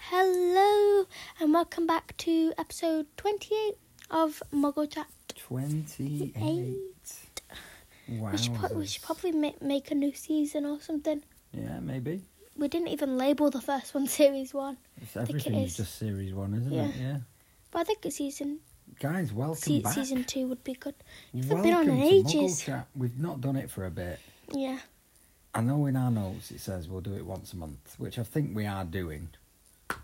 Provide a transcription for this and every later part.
Hello, and welcome back to episode 28 of Muggle Chat. 28. Wow. We should, pro- we should probably ma- make a new season or something. Yeah, maybe. We didn't even label the first one series one, It's think it everything is is. just series one, isn't it? Yeah. but I think a season Guys, welcome se- back. season two would be good. welcome haven't been on in to Muggle ages. Chat. We've not done it for a bit. Yeah, I know in our notes it says we'll do it once a month, which I think we are doing.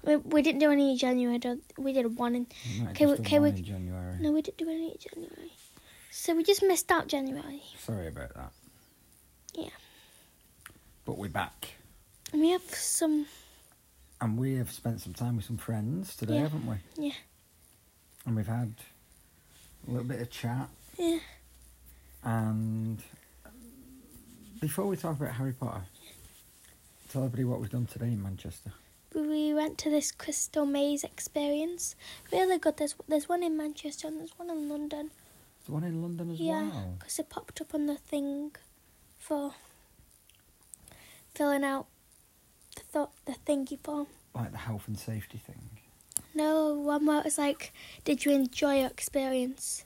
we, we didn't do any in January. I don't- We did one in We might have Okay, just we- done okay, we- one in January. no, we didn't do any in January, so we just missed out January. Sorry about that. Yeah. But we're back. And we have some And we have spent some time with some friends today, Yeah. haven't we? Yeah. And we've had a little bit of chat. Yeah. And before we talk about Harry Potter, tell everybody what we've done today in Manchester. we went to this crystal maze experience. Really good. There's there's one in Manchester and there's one in London. The one in London as Yeah, well. because it popped up on the thing for filling out the th- the thingy form. Like the health and safety thing. No, one where it was like, did you enjoy your experience?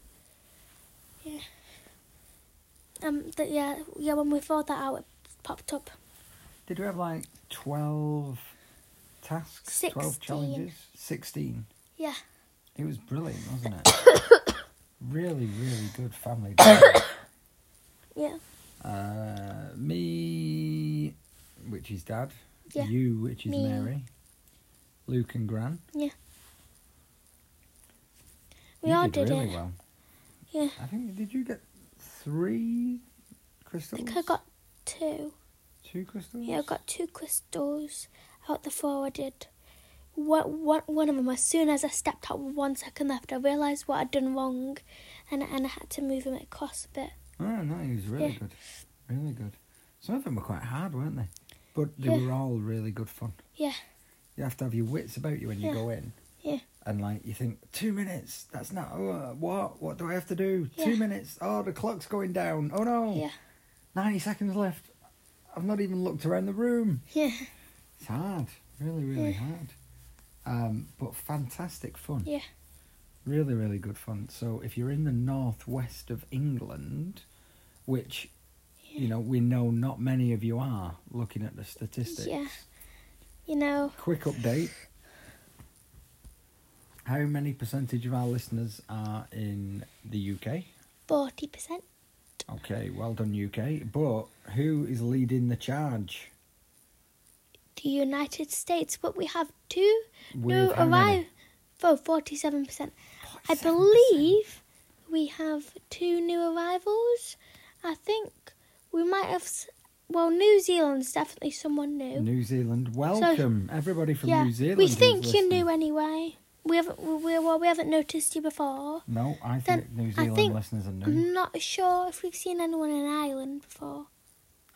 Yeah. Um. The, yeah. Yeah. When we filled that out, it popped up. Did we have like 12 tasks, 12 Sixteen. challenges? 16. Yeah. It was brilliant, wasn't it? really, really good family day. Yeah. Uh, me, which is Dad. Yeah. You, which is Me. Mary. Luke and Gran. We you all did, did, really it. well. Yeah. I think did you get three I crystals? think I got two. two crystals. Yeah, I got two crystals out the four I did. One, one, one of them, as soon as I stepped out with one second left, I realised what I'd done wrong and, and I had to move him across a bit. Oh no, he was really Yeah. good, really good. Some of them were quite hard, weren't they? But they Yeah. were all really good fun. Yeah. You have to have your wits about you when you Yeah. go in. Yeah. And like you think two minutes. That's not oh, what. What do I have to do? Two Yeah. minutes. Oh, the clock's going down. Oh no. Yeah. Ninety seconds left. I've not even looked around the room. Yeah. It's hard, really, really Yeah. hard. Um, but fantastic fun. Yeah. Really, really good fun. So if you're in the northwest of England, which you know we know not many of you are, looking at the statistics. Yeah. You know, Quick update. How many percentage of our listeners are in the UK? 40%. Okay, well done UK. But who is leading the charge? The United States, but we have two With new how many? arrive for 47%. I believe we have two new arrivals. I think we might have. s- Well, New Zealand's definitely someone new. New Zealand, welcome everybody from New Zealand. we who's think you're listening. new anyway. We haven't. We, we, well, we haven't noticed you before. No, I Then think New I Zealand think- Mhm. listeners are new. I'm not sure if we've seen anyone in Ireland before.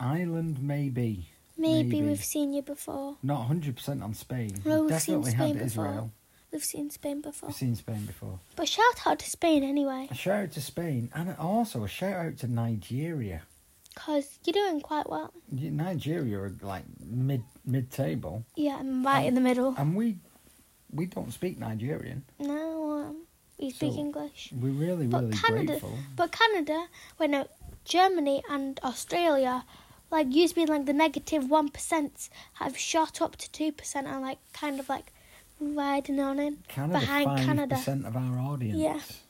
Ireland, maybe Maybe, Maybe. we've seen you before. not hundred percent on Spain. No, we've seen Definitely Spain had before. Israel. We've seen Spain before. We've seen Spain before. But shout out to Spain anyway, A shout out to Spain and also a shout out to Nigeria. because you're doing quite well. Y- Nigeria are like mid mid table, Yeah, I'm right Um, in the middle. and we we don't speak Nigerian. No, um, we speak So- English. We're really But really Canada- grateful. But Canada, well, no, Germany and Australia, like used to be like the negative one percent, have shot up to two percent and like kind of like riding on it. Canada behind five Canada. percent of our audience. Yeah. Just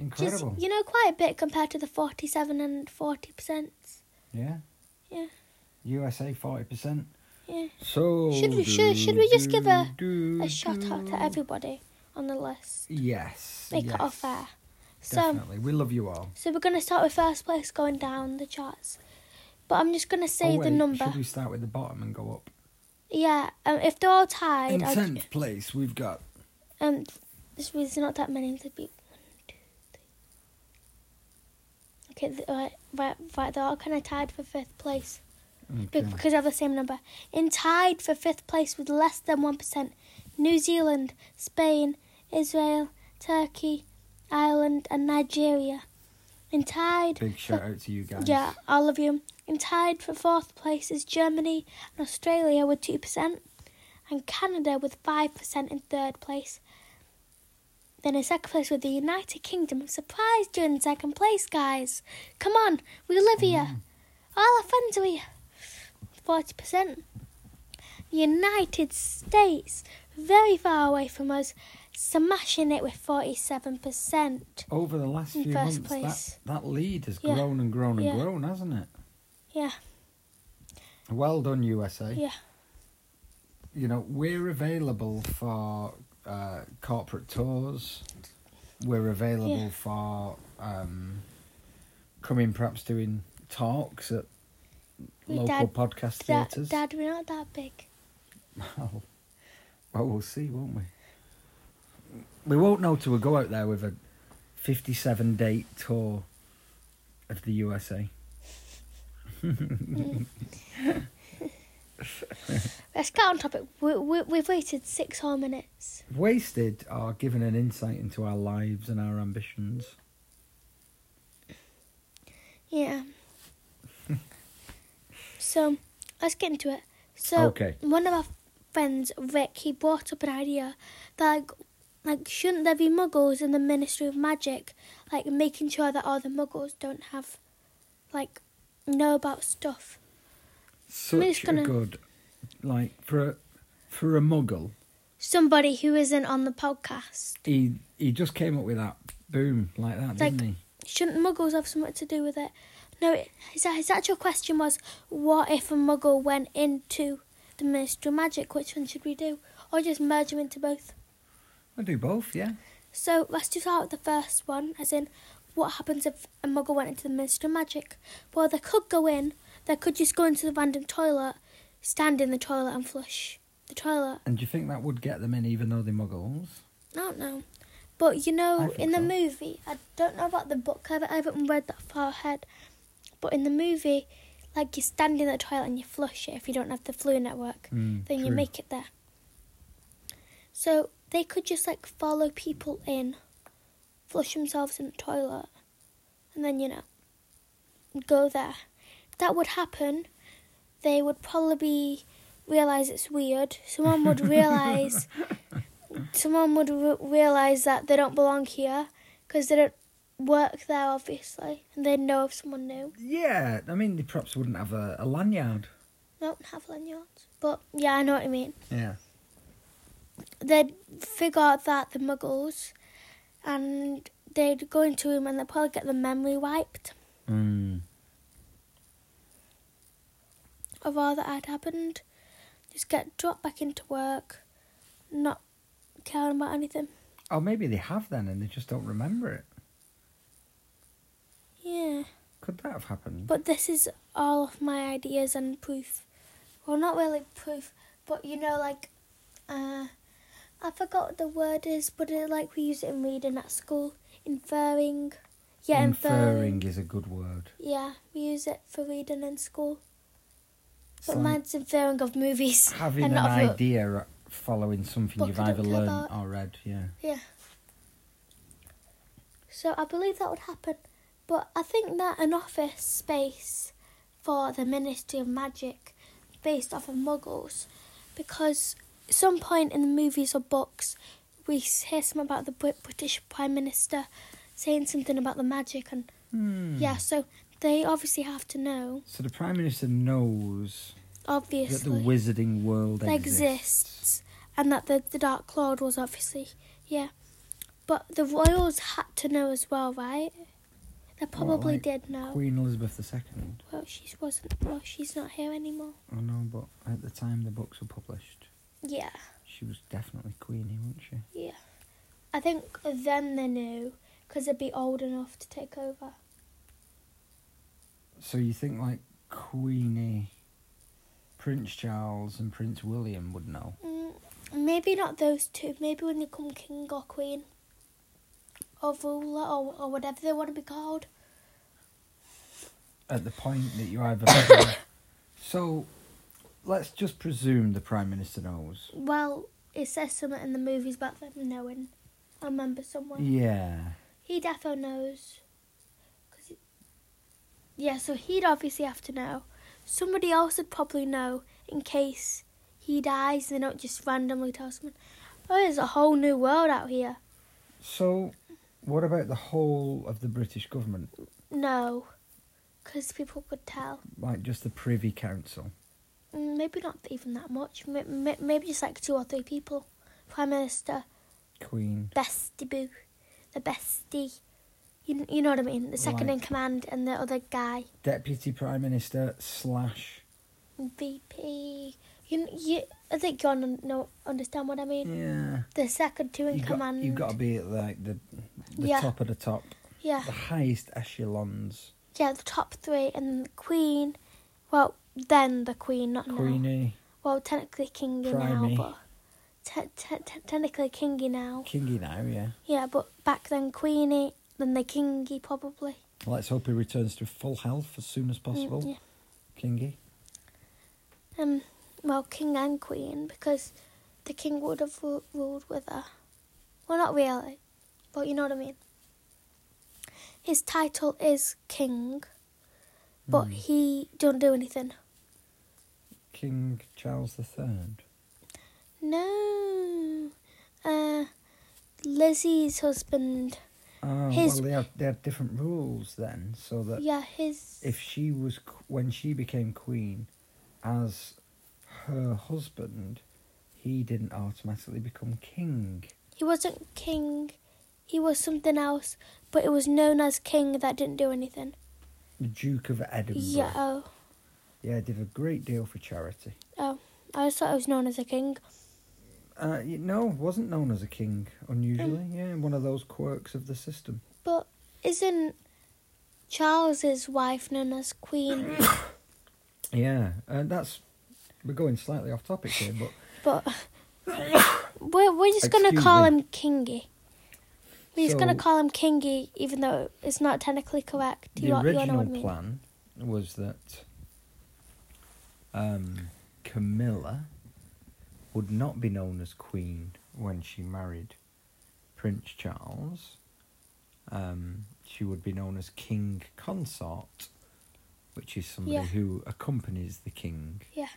Incredible. you know, quite a bit compared to the forty-seven and forty percent. Yeah. Yeah. USA forty percent. Yeah. So Should we- should- should we just give a- Oh, do, A shout out do. to everybody on the list. Yes. Make yes, it all fair. So, Definitely, we love you all. so we're gonna start with first place going down the charts. But I'm just gonna say Oh, the wait, number. Should we start with the bottom and go up? Yeah. Um, if they're all In tied, I'll- tenth place, we've got Um, this there's not that many. There'd be one, two, three. Okay, th- right, right, right. They're all kind of tied for fifth place be- okay, because they have the same number. In tied for fifth place with less than one percent, New Zealand, Spain, Israel, Turkey, Ireland, and Nigeria. In tied, big shout out to you guys. yeah, all of you. In tied for fourth place is Germany and Australia with two percent, and Canada with 5% in third place. Then in second place with the United Kingdom. I'm surprised you're in second place, guys. Come on, we live here. All our friends are here. 40%. The United States, very far away from us, smashing it with 47%. Over the last In few first months, place. that that lead has Yeah. grown and grown and Yeah. grown, hasn't it? Yeah, Well done, USA. yeah, You know, we're available for uh, corporate tours. We're available Yeah. for um, coming, perhaps doing talks at We- local Dad- podcast Dad, theatres. Dad, we're not that big. Well, Oh. well, we'll see, won't we? We won't know till we go out there with a 57 date tour of the USA. Let's get on topic. We, we, we've waited six whole minutes. Wasted are given an insight into our lives and our ambitions. Yeah. so, let's get into it. So, Okay. one of our friends, Rick, he brought up an idea that, like, like, shouldn't there be muggles in the Ministry of Magic? Like, making sure that all the muggles don't have, like, know about stuff. Such gonna- a good, like for a, for a muggle, Somebody who isn't on the podcast. he he just came up with that boom like that, Like- didn't he? Shouldn't muggles have something to do with it? No, it- his, his actual question was what if a muggle went into the Ministry of Magic? Which one should we do? Or just merge them into both? I do both, yeah. So let's just start with the first one, as in what happens if a muggle went into the Ministry of Magic? Well, they could go in, they could just go into the random toilet, stand in the toilet and flush the toilet. And do you think that would get them in, even though they're muggles? I don't know. But you I know, think in the so. movie, I don't know about the book, I haven't- I haven't read that far ahead. But in the movie, like you stand in the toilet and you flush it if you don't have the flu network, Mm, then you true. make it there. So they could just like follow people in, flush themselves in the toilet, and then, you know, go there. If that would happen, they would probably realize it's weird. Someone would realize someone would re- realize that they don't belong here because they don't work there, obviously, and they'd know if someone knew. Yeah, I mean they perhaps wouldn't have a, a lanyard. They don't have lanyards, but yeah, I know what you mean. Yeah. They'd figure out that the Muggles, and they'd go into a room and they'd probably get the memory wiped Mm. of all that had happened. Just get dropped back into work, not caring about anything. Oh, maybe they have then, and they just don't remember it. Yeah. Could that have happened? But this is all of my ideas and proof. Well, not really proof, but you know, like, uh, I forgot what the word is, but it, like we use it in reading at school. Inferring. Yeah, inferring inferring. is a good word. Yeah, we use it for reading in school. It's But like mine's inferring of movies. having and an not of- idea following something Book you've I don't either care learned about. or read. Yeah. So I believe that would happen. But I think that an office space for the Ministry of Magic based off of muggles because at some point in the movies or books we s- hear something about the Brit- British Prime Minister saying something about the magic and Hmm. yeah, so they obviously have to know, So the prime minister knows that the obviously. wizarding world that exists. exists and that the, the Dark Lord was obviously, yeah. But the royals had to know as well, right? They probably like did know. Queen Elizabeth II. Well, she wasn't. Well, she's not here anymore. I know, but at the time the books were published, Yeah, she was definitely queenie, wasn't she? yeah. I think then they knew because they'd be old enough to take over. So you think like Queenie, Prince Charles, and Prince William would know? Mm, maybe not those two. Maybe when they come king or queen, or ruler, or, or whatever they want to be called. at the point that you either. so, let's just presume the prime minister knows. Well, it says something in the movies about them knowing. I remember someone. Yeah, He defo knows. 'Cause he- yeah, so he'd obviously have to know. Somebody else would probably know in case he he dies. They're not just randomly toss someone. Oh, there's a whole new world out here. So, what about the whole of the British government? No, because people could tell. Like just the Privy Council? Mm, Maybe not even that much. M- m- Maybe just like two or three people. Prime Minister, Queen? bestie boo, the bestie. You, you know what I mean? The second in command and the other guy, Deputy Prime Minister slash. VP. You, you I think you un- know understand what I mean. Yeah. The second two in You've got, command. you've got to be at like the, the Yeah. top of the top, yeah, the highest echelons. yeah, the top three and the Queen. Well, then the Queen, not now. Queenie, Well, technically Kingy now, Primey. but te- te- te- technically Kingy now. Kingy now, yeah. Yeah, but back then Queenie, then the Kingy probably. Let's hope he returns to full health as soon as Mm, possible. yeah. Kingy. Um, well, king and queen, because the king would have ru- ruled with her. Well, not really, but you know what I mean. His title is king, but Mm. he don't do anything. King Charles the Third. No, uh, Lizzie's husband. Oh, His- well, they had, they had different rules then, so that Yeah, his. if she was q- when she became queen, as her husband, he didn't automatically become king. He wasn't king. He was something else, but it was known as king that didn't do anything. The Duke of Edinburgh. Yeah. Oh, Yeah, did a great deal for charity. I just thought it was known as a king. Uh, y- no, wasn't known as a king unusually. Mm. Yeah, one of those quirks of the system. But isn't Charles's wife known as Queen? Yeah, and that's we're going slightly off topic here, but but we're, we're just going to Excuse call me. him Kingy. We're just going So- to call him Kingy, even though it's not technically correct. the You, you know original what I mean? plan was that um, Camilla would not be known as Queen when she married Prince Charles. Um, she would be known as King Consort, which is somebody Yeah. who accompanies the king. Yeah.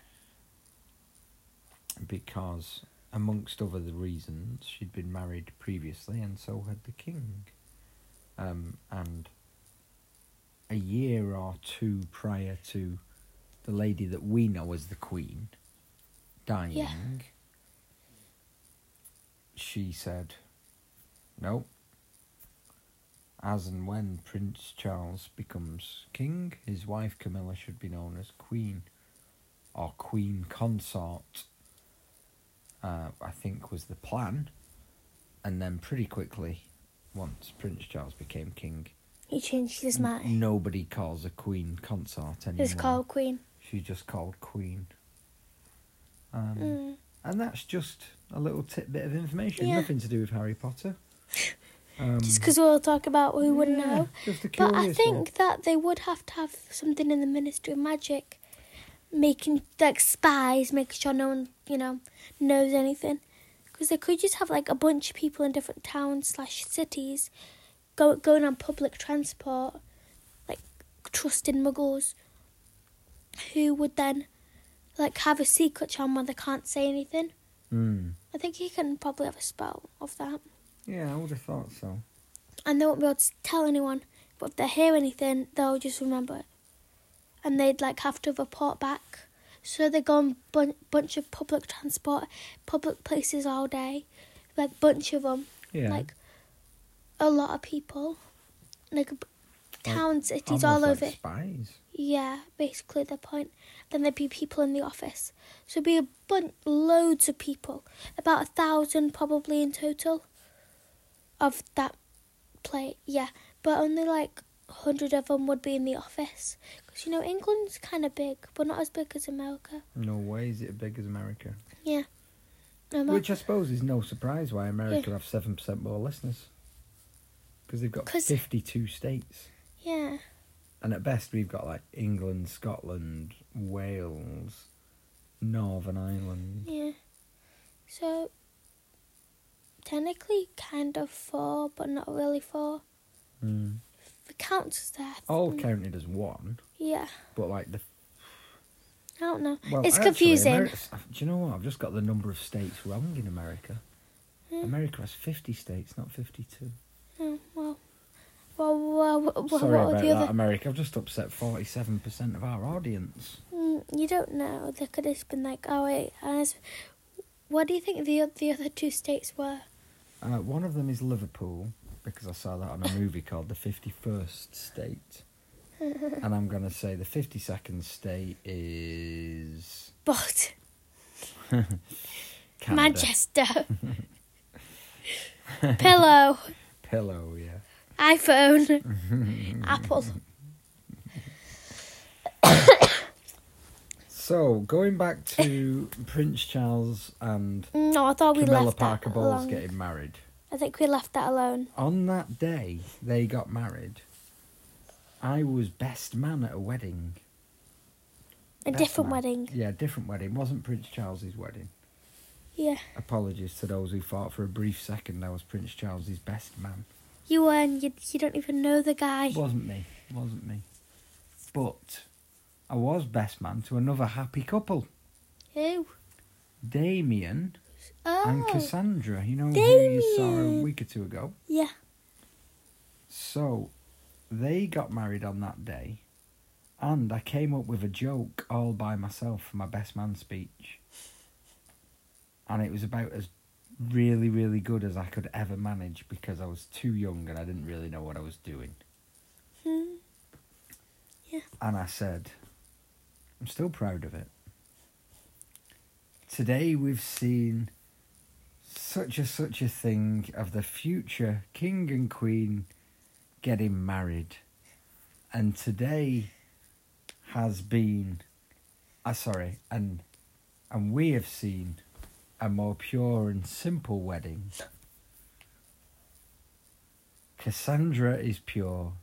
Because, amongst other the reasons, she'd been married previously, and so had the king. Um, and a year or two prior to the lady that we know as the Queen dying, she said, No. As and when Prince Charles becomes king, his wife Camilla should be known as Queen or Queen Consort, uh, I think was the plan. And then, pretty quickly, once Prince Charles became king, He changed Mm. his mind. Nobody calls a queen consort anymore. He's called Queen. She's just called queen. Um, Mm. And that's just a little tidbit of information. Yeah. Nothing to do with Harry Potter. Um, Just because we'll talk about who would yeah, know. Just a But curious I think that they would have to have something in the Ministry of Magic, making like spies, making sure no one you know knows anything, because they could just have like a bunch of people in different towns slash cities, go going on public transport, like trusting muggles, who would then like have a secret charm where they can't say anything. one. I think he can probably have a spell of that Hmm. Yeah, I would have thought so. and they won't be able to tell anyone. But if they hear anything, they'll just remember it, and they'd like have to report back. So they go on bun- bunch of public transport, public places all day, like bunch of them, Yeah. like a lot of people, like b- Like, towns, cities almost all like over. Spies. Yeah, basically the point. Then there'd be people in the office, so it'd be a bunch, loads of people, about a thousand probably in total. Of that play, yeah, but only like hundred of them would be in the office because you know England's kind of big, but not as big as America. No way is it as big as America. Yeah, Amer- Which I suppose is no surprise why America have 7% more listeners. Because they've got 'Cause- 52 states. yeah, And at best, we've got like England, Scotland, Wales, Northern Ireland. yeah. So technically, kind of four, but not really four. Mm. Oh, If it counts as that. All counted as one, Yeah. but like the I don't know. Well, it's actually, confusing. Ameri- do you know what? I've just got the number of states wrong in America. Hmm. America has 50 states, not 52. Oh, well, well, well, well, well, Sorry what about are the that, other? America. I've just upset 47% of our audience. Mm, you don't know. They could have been like, oh wait, uh, what do you think the oth- the other two states were? Uh, one of them is Liverpool, because I saw that on a movie called The 51st State. and I'm going to say the 52nd state is But Canada. Manchester, pillow, Pillow, yeah. iPhone, Apple. So, going back to Prince Charles and No, I thought we Camilla left Parker that Bowles alone. getting married. I think we left that alone. On that day they got married, I was best man at a wedding. A Best different man. wedding. Yeah, different wedding. Wasn't Prince Charles's wedding. Yeah, Apologies to those who thought for a brief second I was Prince Charles's best man. you were, and you you don't even know the guy. Wasn't me. Wasn't me. But I was best man to another happy couple. Who? Damien and Oh, Cassandra. You know who you saw a Damien. week or two ago. Oh. yeah. So they got married on that day, and I came up with a joke all by myself for my best man speech. And it was about as really, really good as I could ever manage because I was too young and I didn't really know what I was doing. Hmm. And I said, I'm still proud of it. Today we've seen such a such a thing of the future king and queen getting married. And today has been uh, sorry, and and we have seen a more pure and simple wedding. Cassandra is pure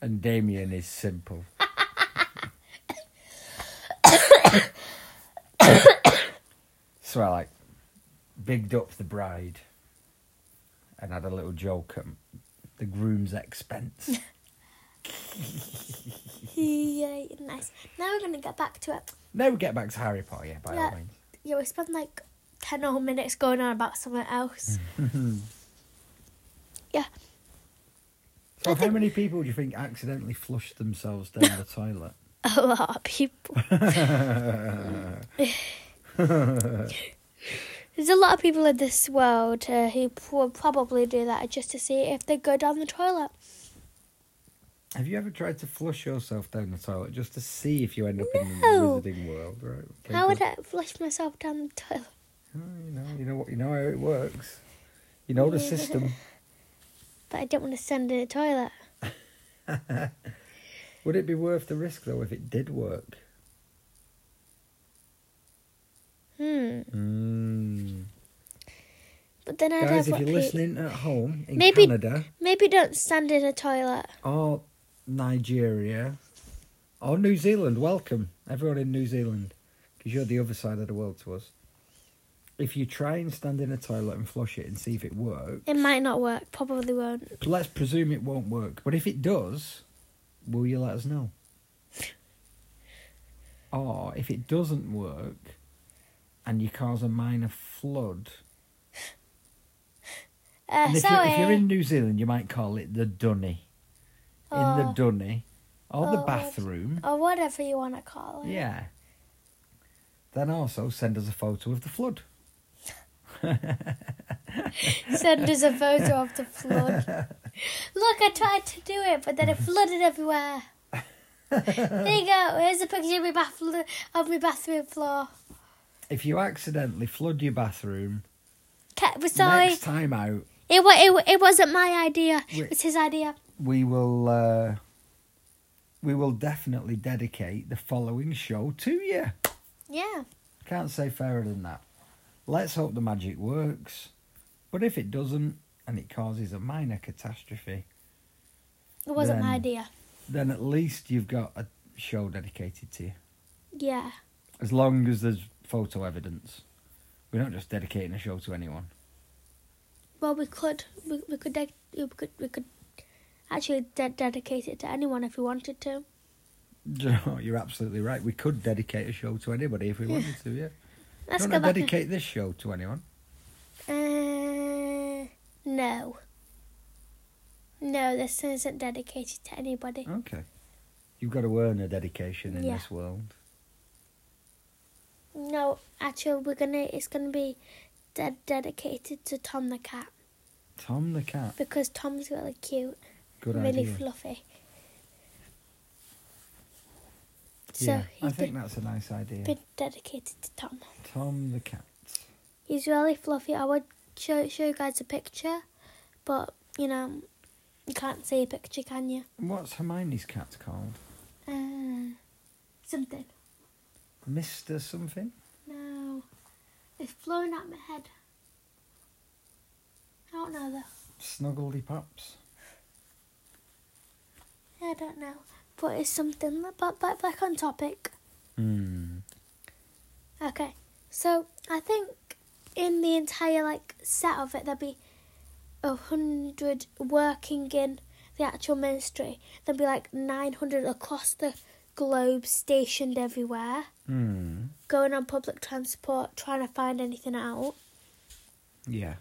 and Damien is simple. so I like bigged up the bride and had a little joke at the groom's expense. Yeah, nice. Now we're gonna get back to it. now we get back to Harry Potter, yeah, by all Yeah. means. Yeah, we spent like ten whole minutes going on about something else. yeah, I So how think- many people do you think accidentally flushed themselves down the toilet? a lot of people. There's a lot of people in this world uh, who p- would probably do that just to see if they go down the toilet. Have you ever tried to flush yourself down the toilet just to see if you end up in the No. wizarding world, right? okay, How good. would I flush myself down the toilet? Oh, you know, you know what, you know how it works. You know the system. But I don't want to stand in the toilet. Would it be worth the risk though if it did work? Hmm. Mm. But then I'd Guys, have if what you're pe- listening at home in Maybe- Canada Maybe don't stand in a toilet. or Nigeria or New Zealand, welcome everyone in New Zealand because you're the other side of the world to us. If you try and stand in a toilet and flush it and see if it works, It might not work. Probably won't. let's presume it won't work. But if it does, will you let us know? Or if it doesn't work and you cause a minor flood, Uh, and if, sorry. you're, if you're in New Zealand, you might call it the dunny. In the Oh. dunny or the Oh. bathroom. or whatever you want to call it. Yeah. Then also send us a photo of the flood. Send us a photo of the flood. Look, I tried to do it, but then it flooded everywhere. there you go. Here's a picture of my, bath- of my bathroom floor. If you accidentally flood your bathroom, Ca- We're sorry. next time out, It, wa- it, wa- it wasn't my idea. We- It was his idea. we will uh, we will definitely dedicate the following show to you. Yeah. Can't say fairer than that. Let's hope the magic works. But if it doesn't and it causes a minor catastrophe, It wasn't my Then- idea. then at least you've got a show dedicated to you. Yeah. As long as there's photo evidence. We're not just dedicating a show to anyone. Well, we could. We, we could. De- we could. We could actually de- dedicate it to anyone if we wanted to. No, You're absolutely right. We could dedicate a show to anybody if we Yeah. wanted to, yeah. Let's Do you go want back. to dedicate this show to anyone? Uh, no. No, this isn't dedicated to anybody. Okay. You've got to earn a dedication in Yeah. this world. No, actually, we're gonna. It's gonna be de- dedicated to Tom the cat Tom the cat. because Tom's really cute, Good really idea. fluffy. So yeah, I he's think been, that's a nice idea. been dedicated to Tom. Tom the cat. He's really fluffy. I would show show you guys a picture, but you know, you can't see a picture, can you? What's Hermione's cat called? Uh, something. Mr. something? No, it's flown out my head. I don't know though. Snuggledy Pops? I don't know, but it's something. But back back on topic. Hmm. Okay, so I think in the entire like set of it, there'll be a hundred working in the actual ministry. There'll be like nine hundred across the globe, stationed everywhere, Hmm. going on public transport, trying to find anything out. Yeah.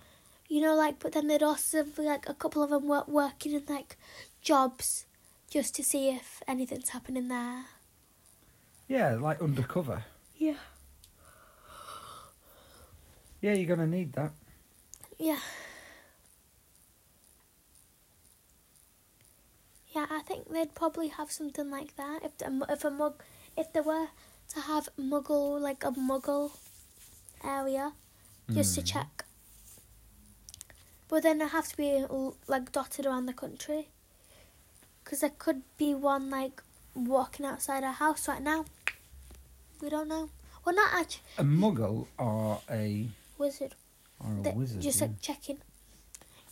You know, like, but then there'd also be like a couple of them work, working in like jobs, just to see if anything's happening there. Yeah, like undercover. Yeah. Yeah, you're going to need that. Yeah. Yeah, I think they'd probably have something like that if the, if a mug if they were to have muggle like a muggle area just to Hmm. check. But then it have to be l- like dotted around the country. Cuz there could be one like walking outside our house right now. We don't know. Well, not actually A muggle or a, wizard or a that- wizard. just yeah. like checking.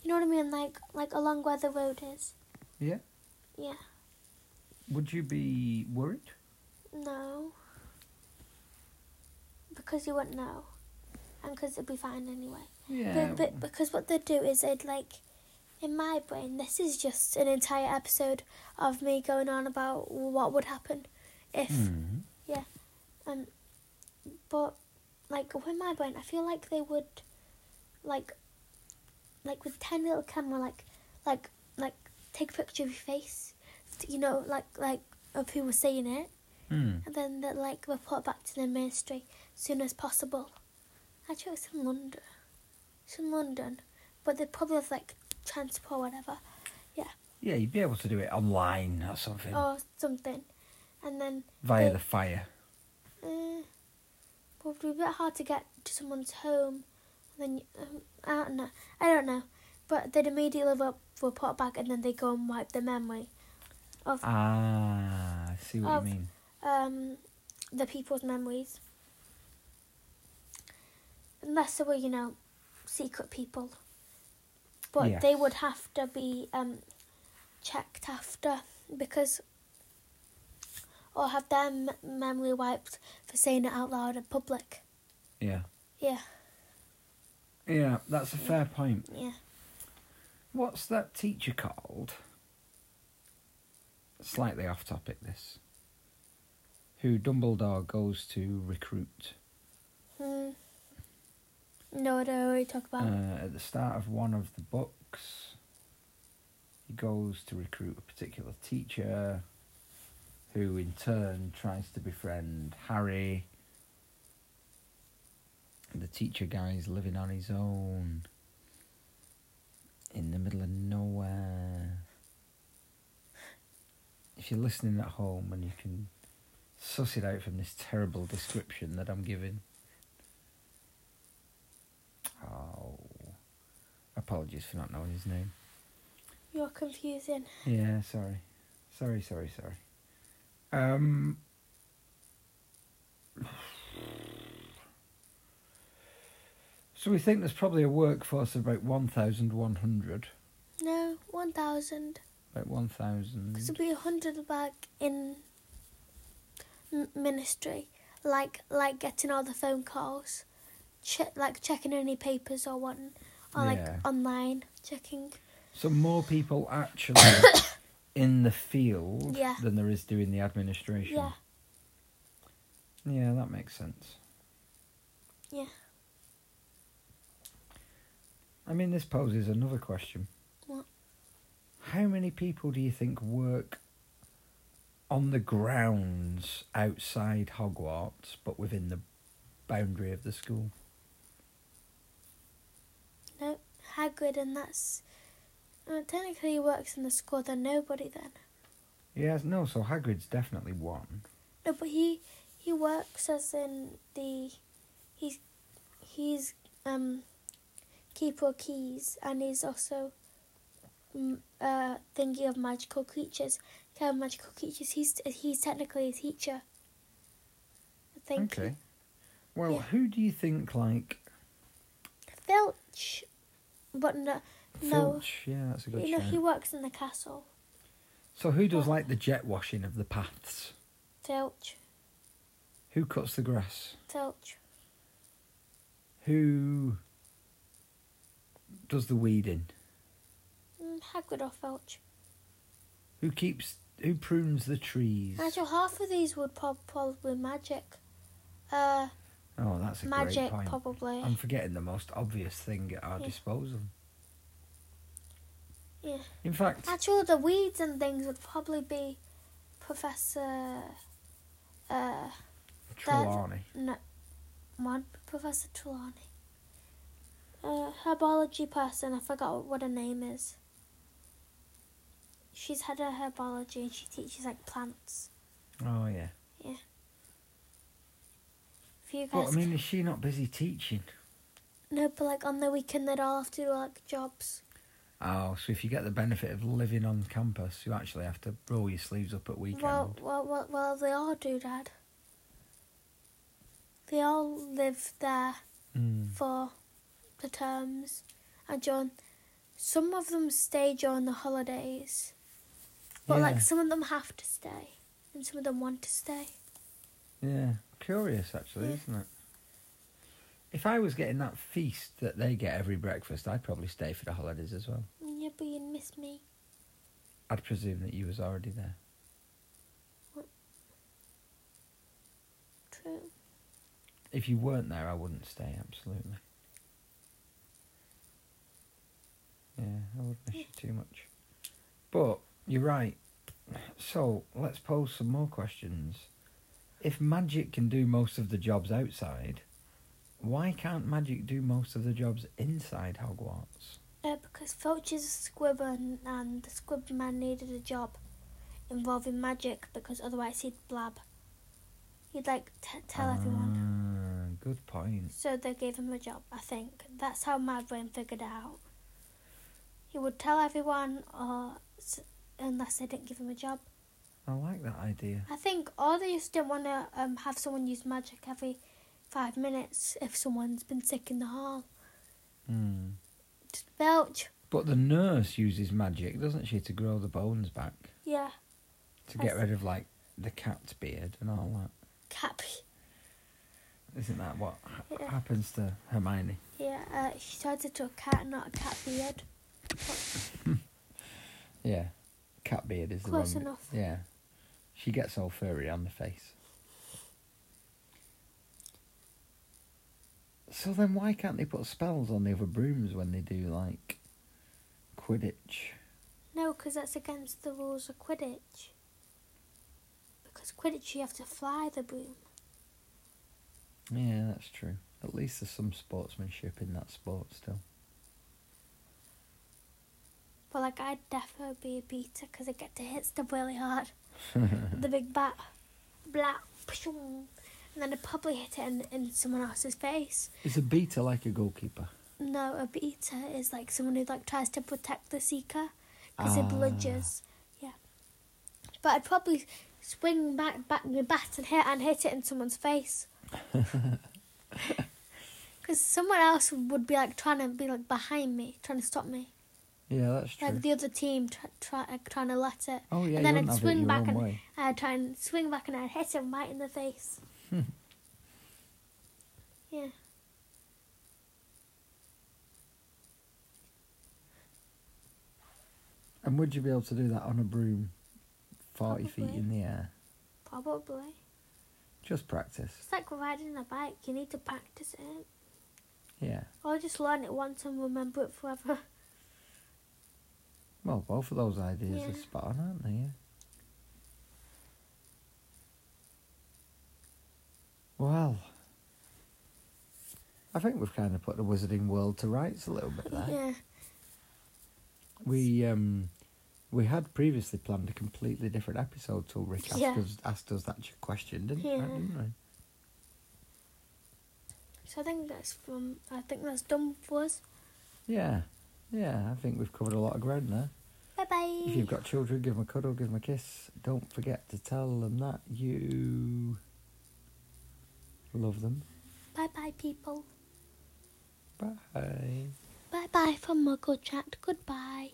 You know what I mean? Like like along where the road is. Yeah. Yeah. Would you be worried? No. Because you wouldn't know, and because it'd be fine anyway. Yeah. But, but because what they'd do is they'd like, in my brain, this is just an entire episode of me going on about what would happen if. Hmm. Um, but like with my brain, I feel like they would, like, like with ten little camera, like, like, like take a picture of your face, you know, like, like of who was saying it, Hmm. and then they like report back to the ministry as soon as possible. Actually, it's in London, it's in London, but they probably have like transport whatever Yeah, you'd be able to do it online or something or something, and then via they- the fire. Uh, well, it'd be a bit hard to get to someone's home. And then you- um, I don't know. I don't know. But they'd immediately re- report back, and then they go and wipe the memory of Ah, I see what Of- you mean. um the people's memories. Unless they were, you know, secret people. But they would have to be um checked after because or have their m- memory wiped for saying it out loud in public. Yeah. Yeah, Yeah, that's a fair point. yeah. What's that teacher called? Slightly off topic, this. Who Dumbledore goes to recruit Hmm. No, what I already talked about. uh, at the start of one of the books. He goes to recruit a particular teacher who, in turn, tries to befriend Harry. The teacher guy's living on his own in the middle of nowhere. If you're listening at home and you can suss it out from this terrible description that I'm giving, Oh, apologies for not knowing his name. You're confusing. Yeah, sorry, sorry, sorry, sorry. Um, so we think there's probably a workforce of about one thousand one hundred, No, 1,000. about one Because thousand. it'll be 100 back in m- ministry. Like like getting all the phone calls. Che- like checking any papers or what. Or like Yeah. online checking. So more people actually in the field Yeah. than there is doing the administration. Yeah. Yeah, that makes sense. Yeah. I mean, this poses another question. What? How many people do you think work on the grounds outside Hogwarts but within the boundary of the school? No, Hagrid, and that's well, technically he works in the school. Then nobody then. Yeah, no, so Hagrid's definitely one. No, but he he works as in the he's he's um keeper of keys, and he's also mm, uh thingy of magical creatures. Care of magical creatures. He's he's technically a teacher. I think. okay. Well, Yeah. who do you think, like, Filch, but no, no. Filch? Yeah, that's a good You know shout. he Oh. works in the castle. So who does, like, the jet washing of the paths? Filch, Who cuts the grass? Filch. Who does the weeding? Mm, Hagrid or Filch. Who keeps who prunes the trees? Nigel, half of these would prob- probably magic. Uh, Oh, that's a magic great point. probably. I'm forgetting the most obvious thing at our Yeah. disposal. Yeah. In fact, Actually, the weeds and things would probably be Professor. Uh, Trelawney. no, one Professor Trelawney. Uh, herbology person. I forgot what her name is. She's head of herbology and she teaches like plants. Oh yeah. If you guys, But I mean, is she not busy teaching? no, but like on the weekend they'd all have to do like jobs. Oh, so if you get the benefit of living on campus, you actually have to roll your sleeves up at weekend. Well, well, well, well, they all do, Dad. They all live there Mm. for the terms, and John. Some of them stay during the holidays, but yeah. like some of them have to stay, and some of them want to stay. yeah, curious actually, Yeah. isn't it? If I was getting that feast that they get every breakfast, I'd probably stay for the holidays as well. Yeah, but you'd miss me. I'd presume that you was already there. True. If you weren't there, I wouldn't stay, absolutely. Yeah, I would miss you too much. But you're right. So let's pose some more questions. If magic can do most of the jobs outside, why can't magic do most of the jobs inside Hogwarts? Uh, because Filch is a squib and, and the squib man needed a job involving magic because otherwise he'd blab. He'd like t- tell everyone. Ah, Good point. So they gave him a job, I think. That's how my brain figured it out. He would tell everyone, or s- unless they didn't give him a job. I like that idea. I think, or they just didn't want to um, have someone use magic every five minutes if someone's been sick in the hall. Hmm. Just belch. But the nurse uses magic, doesn't she, to grow the bones back? Yeah, To get Yes. rid of like the cat's beard and all that. cap. Isn't that what ha- Yeah. happens to Hermione? Yeah, uh, she turned into a cat, not a cat beard. Yeah. Cat beard is the Close one. enough. Yeah. She gets all furry on the face. So then why can't they put spells on the other brooms when they do like Quidditch? No, because that's against the rules of Quidditch. Because Quidditch, you have to fly the broom. Yeah, that's true. At least there's some sportsmanship in that sport still. But like I'd definitely be a beater because I get to hit stuff really hard. the big bat, blah, pshung. and then I'd probably hit it in, in someone else's face. Is a beater like a goalkeeper? No, a beater is like someone who like tries to protect the seeker because it Ah. bludges. Yeah, but I'd probably swing back, back my bat and hit and hit it in someone's face. Because someone else would be like trying to be like behind me, trying to stop me. Yeah, that's true. Like the other team try, try, like, trying to let it. oh yeah, and then you I'd wouldn't have it swing your back own and- way. I'd try and swing back and I'd hit him right in the face. yeah. I And would you be able to do that on a broom, forty feet Probably. in the air? Probably. Just practice. It's like riding a bike. You need to practice it. Yeah. Or just learn it once and remember it forever. Well, both of those ideas are Yeah. spot on, aren't they? Yeah. Well, I think we've kind of put the wizarding world to rights a little bit there. Yeah. We um, we had previously planned a completely different episode till Rick asked, Yeah. us, asked us that ch- question, didn't, Yeah. right, didn't we? So I think that's from. I think that's done for us. Yeah, yeah. I think we've covered a lot of ground there. Bye bye. If you've got children, give them a cuddle, give them a kiss. Don't forget to tell them that you love them. Bye bye, people. Bye. Bye bye from Muggle Chat. Goodbye.